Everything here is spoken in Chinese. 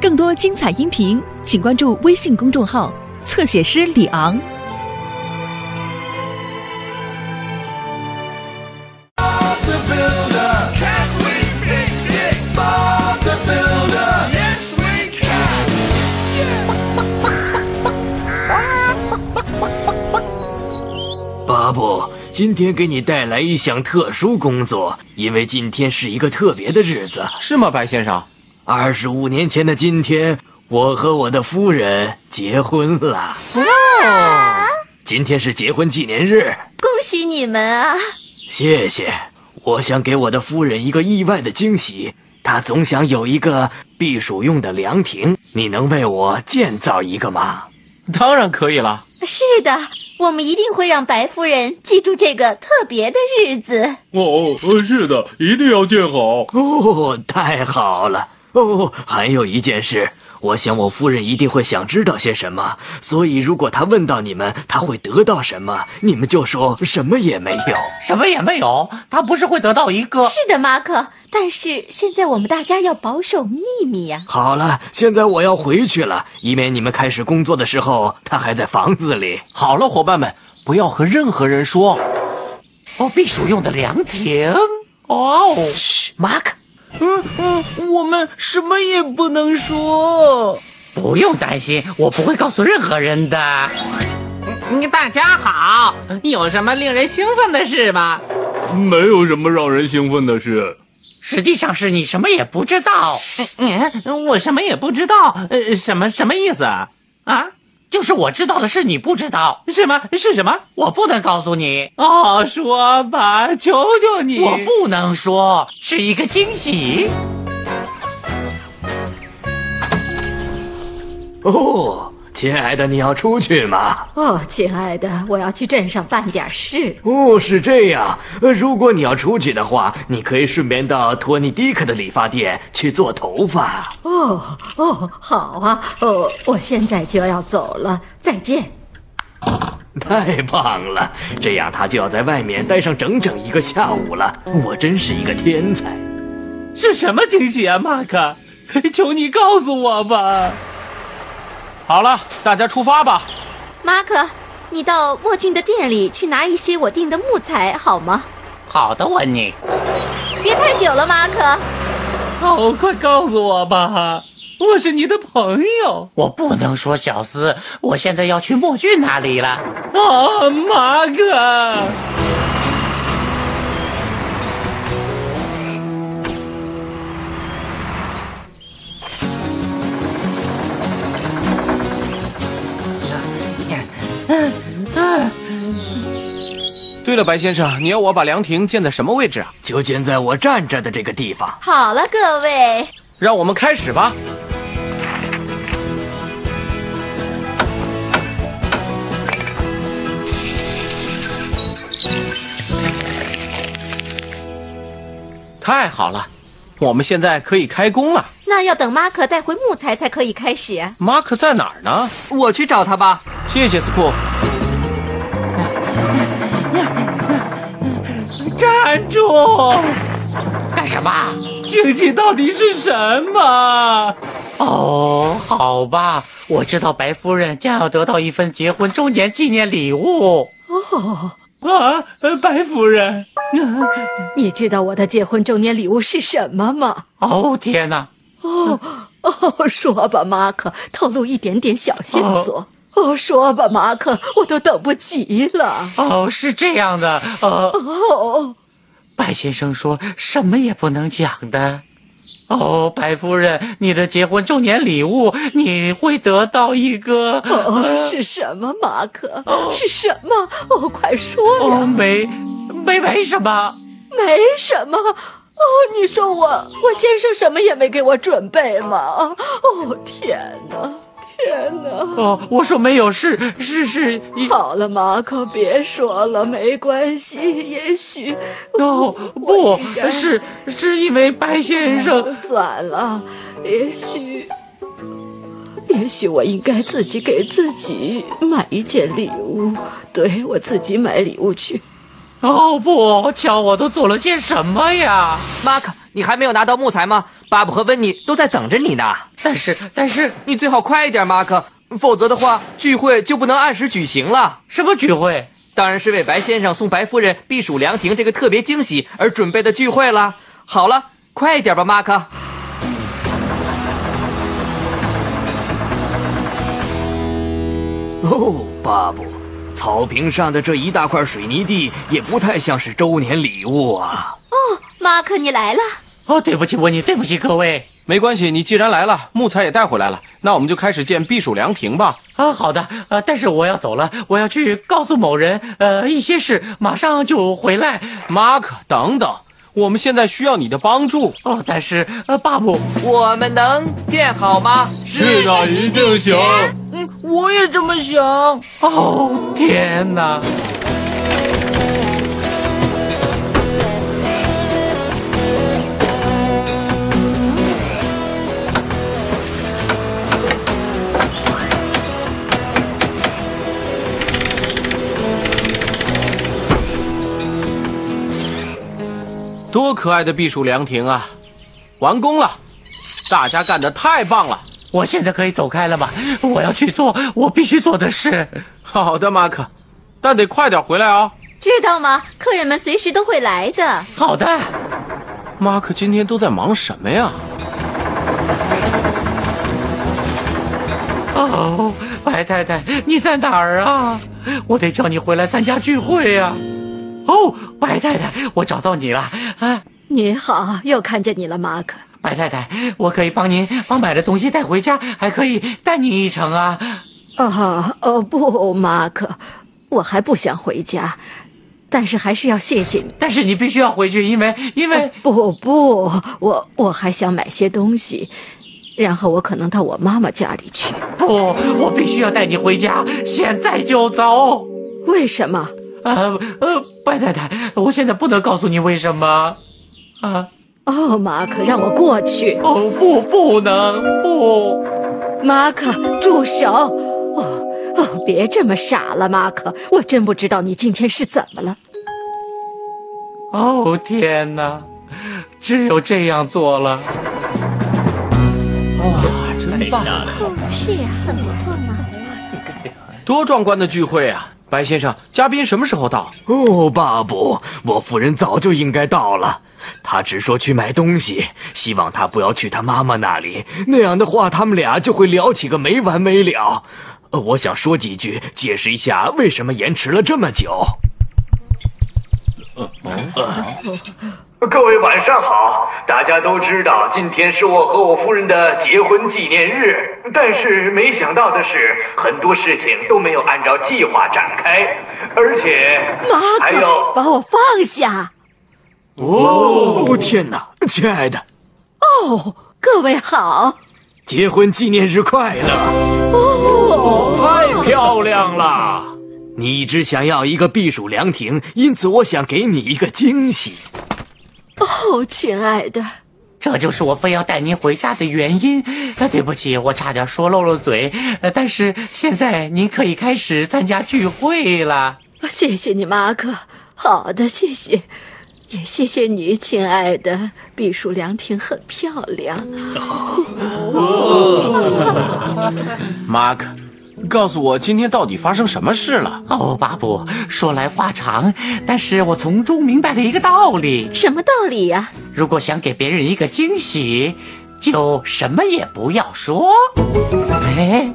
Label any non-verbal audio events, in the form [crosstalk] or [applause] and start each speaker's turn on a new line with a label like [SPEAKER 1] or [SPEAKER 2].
[SPEAKER 1] 更多精彩音频，请关注微信公众号“侧写师李昂”。
[SPEAKER 2] Bob the Builder. Can we fix it? Bob the Builder. Yes, we can.
[SPEAKER 3] 巴布，今天给你带来一项特殊工作，因为今天是一个特别的日子。
[SPEAKER 4] 是吗，白先生？
[SPEAKER 3] 二十五年前的今天，我和我的夫人结婚了。今天是结婚纪念日，
[SPEAKER 5] 恭喜你们啊！
[SPEAKER 3] 谢谢。我想给我的夫人一个意外的惊喜，她总想有一个避暑用的凉亭，你能为我建造一个吗？
[SPEAKER 4] 当然可以了。
[SPEAKER 5] 是的，我们一定会让白夫人记住这个特别的日子。
[SPEAKER 6] 哦，是的，一定要建好。
[SPEAKER 3] 哦，太好了！哦，还有一件事，我想我夫人一定会想知道些什么，所以如果她问到你们，她会得到什么，你们就说什么也没有。
[SPEAKER 4] 什么也没有，他不是会得到一个？
[SPEAKER 5] 是的，马可。但是现在我们大家要保守秘密啊呀、
[SPEAKER 3] 好了，现在我要回去了，以免你们开始工作的时候，她还在房子里。
[SPEAKER 4] 好了，伙伴们，不要和任何人说。哦，避暑用的凉亭。哦，嗯
[SPEAKER 3] 嘘，马克，
[SPEAKER 7] 我们什么也不能说。
[SPEAKER 4] 不用担心，我不会告诉任何人的。
[SPEAKER 7] 大家好，有什么令人兴奋的事吗？
[SPEAKER 6] 没有什么让人兴奋的事。
[SPEAKER 4] 实际上是你什么也不知道，
[SPEAKER 7] 嗯，我什么也不知道。呃，什么什么意思啊？啊，
[SPEAKER 4] 就是我知道的事你不知道，
[SPEAKER 7] 什么是什么？
[SPEAKER 4] 我不能告诉你，
[SPEAKER 7] 哦，说吧，求求你。
[SPEAKER 4] 我不能说，是一个惊喜。
[SPEAKER 3] 哦，亲爱的，你要出去吗？
[SPEAKER 5] 哦，亲爱的，我要去镇上办点事。
[SPEAKER 3] 哦，是这样。呃，如果你要出去的话，你可以顺便到托尼迪克的理发店去做头发。
[SPEAKER 5] 哦哦，好啊。哦，我现在就要走了，再见。
[SPEAKER 3] [laughs] 太棒了，这样他就要在外面待上整整一个下午了。我真是一个天才。
[SPEAKER 7] 是什么惊喜啊，马克？求你告诉我吧。
[SPEAKER 4] 好了，大家出发吧。
[SPEAKER 5] 马可，你到莫俊的店里去拿一些我订的木材好吗？
[SPEAKER 4] 好的，文尼。
[SPEAKER 5] 别太久了，马可。
[SPEAKER 7] 哦，快告诉我吧，我是你的朋友。
[SPEAKER 4] 我不能说小斯，我现在要去墨俊那里了。
[SPEAKER 7] 哦，马可。
[SPEAKER 4] 对了，白先生，你要我把凉亭建在什么位置啊？
[SPEAKER 3] 就建在我站着的这个地方。
[SPEAKER 5] 好了，各位。
[SPEAKER 4] 让我们开始吧。太好了，我们现在可以开工了。
[SPEAKER 5] 那要等马可带回木材才可以开始啊。
[SPEAKER 4] 马可在哪儿呢？
[SPEAKER 8] 我去找他吧。
[SPEAKER 4] 谢谢斯库。
[SPEAKER 7] 站住！
[SPEAKER 4] 干什么？
[SPEAKER 7] 惊喜到底是什么？
[SPEAKER 4] 哦，好吧，我知道白夫人将要得到一份结婚周年纪念礼物。
[SPEAKER 7] 啊，呃白夫人，
[SPEAKER 5] 你知道我的结婚周年礼物是什么吗？
[SPEAKER 4] 哦天哪！
[SPEAKER 5] 哦，说吧，马可，透露一点点小线索。哦，说吧，马可，我都等不及了。
[SPEAKER 4] 哦，是这样的，呃，
[SPEAKER 5] 哦，
[SPEAKER 4] 白先生说什么也不能讲的。哦，白夫人，你的结婚周年礼物，你会得到一个
[SPEAKER 5] 哦，是什么，马可？是什么？哦，快说呀！
[SPEAKER 4] 哦，没，没没什么。
[SPEAKER 5] 没什么。哦，你说我，我先生什么也没给我准备吗？哦，天哪，天哪！
[SPEAKER 4] 哦，我说没有，是是是，一
[SPEAKER 5] 好了，马可，别说了，没关系，也许。
[SPEAKER 4] 哦
[SPEAKER 5] 我
[SPEAKER 4] 不
[SPEAKER 5] 应该
[SPEAKER 4] 是是因为白先生。
[SPEAKER 5] 算了，也许，也许我应该自己给自己买一件礼物，对我自己买礼物去。
[SPEAKER 4] 哦不，瞧我都做了些什么呀！
[SPEAKER 8] 马克，你还没有拿到木材吗？巴布和温妮都在等着你呢。
[SPEAKER 4] 但是，但是
[SPEAKER 8] 你最好快一点，马克，否则的话，聚会就不能按时举行了。
[SPEAKER 4] 什么聚会？
[SPEAKER 8] 当然是为白先生送白夫人避暑凉亭这个特别惊喜而准备的聚会啦。好了，快一点吧，马克。
[SPEAKER 3] 哦，巴布，草坪上的这一大块水泥地也不太像是周年礼物啊。
[SPEAKER 5] 马克，你来了。
[SPEAKER 4] 哦，对不起，温妮，对不起各位。
[SPEAKER 9] 没关系，你既然来了，木材也带回来了，那我们就开始建避暑凉亭吧。
[SPEAKER 4] 啊，好的，呃，但是我要走了，我要去告诉某人，呃，一些事，马上就回来。
[SPEAKER 9] 马克，等等，我们现在需要你的帮助。
[SPEAKER 4] 哦，但是，呃，巴布，
[SPEAKER 8] 我们能建好吗？
[SPEAKER 6] 是的，一定行。
[SPEAKER 7] 嗯我也这么想。
[SPEAKER 4] 哦，天哪！
[SPEAKER 9] 多可爱的避暑凉亭啊！完工了，大家干得太棒了。
[SPEAKER 4] 我现在可以走开了吗？我要去做我必须做的事。
[SPEAKER 9] 好的，马克，但得快点回来啊。
[SPEAKER 5] 知道吗？客人们随时都会来的。
[SPEAKER 4] 好的，
[SPEAKER 9] 马克今天都在忙什么呀？
[SPEAKER 4] 哦，白太太，你在哪儿啊？我得叫你回来参加聚会呀、哦，白太太，我找到你了啊！
[SPEAKER 5] 你好，又看见你了，马克。
[SPEAKER 4] 白太太，我可以帮您把买的东西带回家，还可以带您一程啊。
[SPEAKER 5] 啊，哦不，马克，我还不想回家，但是还是要谢谢你。
[SPEAKER 4] 但是你必须要回去，因为因为
[SPEAKER 5] 不不，我我还想买些东西，然后我可能到我妈妈家里去。
[SPEAKER 4] 不，我必须要带你回家，现在就走。
[SPEAKER 5] 为什么？
[SPEAKER 4] 呃呃，白太太，我现在不能告诉你为什么。啊，
[SPEAKER 5] 哦，马克，让我过去。
[SPEAKER 4] 哦不，不能不。
[SPEAKER 5] 马克，住手！哦哦，别这么傻了，马克，我真不知道你今天是怎么了。
[SPEAKER 4] 哦天哪，只有这样做了。
[SPEAKER 9] 哇，真棒！
[SPEAKER 5] 哦，是呀，很不错嘛。
[SPEAKER 9] 多壮观的聚会啊！白先生，嘉宾什么时候到？
[SPEAKER 3] 哦，巴布，我夫人早就应该到了。她只说去买东西，希望她不要去她妈妈那里，那样的话他们俩就会聊起个没完没了。呃，我想说几句，解释一下为什么延迟了这么久。呃各位晚上好，大家都知道今天是我和我夫人的结婚纪念日，但是没想到的是，很多事情都没有按照计划展开，而且
[SPEAKER 5] 马
[SPEAKER 3] 还
[SPEAKER 5] 克
[SPEAKER 3] 有，
[SPEAKER 5] 把我放下！
[SPEAKER 3] 哦，天哪，亲爱的，
[SPEAKER 5] 哦，各位好。
[SPEAKER 3] 结婚纪念日快乐！太漂亮了。你一直想要一个避暑凉亭，因此我想给你一个惊喜。
[SPEAKER 5] 哦，亲爱的，
[SPEAKER 4] 这就是我非要带您回家的原因。呃，对不起，我差点说漏了嘴。呃，但是现在您可以开始参加聚会了。
[SPEAKER 5] 谢谢你，马克。好的，谢谢，也谢谢你，亲爱的。避暑凉亭很漂亮。
[SPEAKER 9] 马克，告诉我今天到底发生什么事了？
[SPEAKER 4] 哦，巴布，说来话长，但是我从中明白了一个道理：
[SPEAKER 5] 什么道理呀、
[SPEAKER 4] 如果想给别人一个惊喜，就什么也不要说。哎，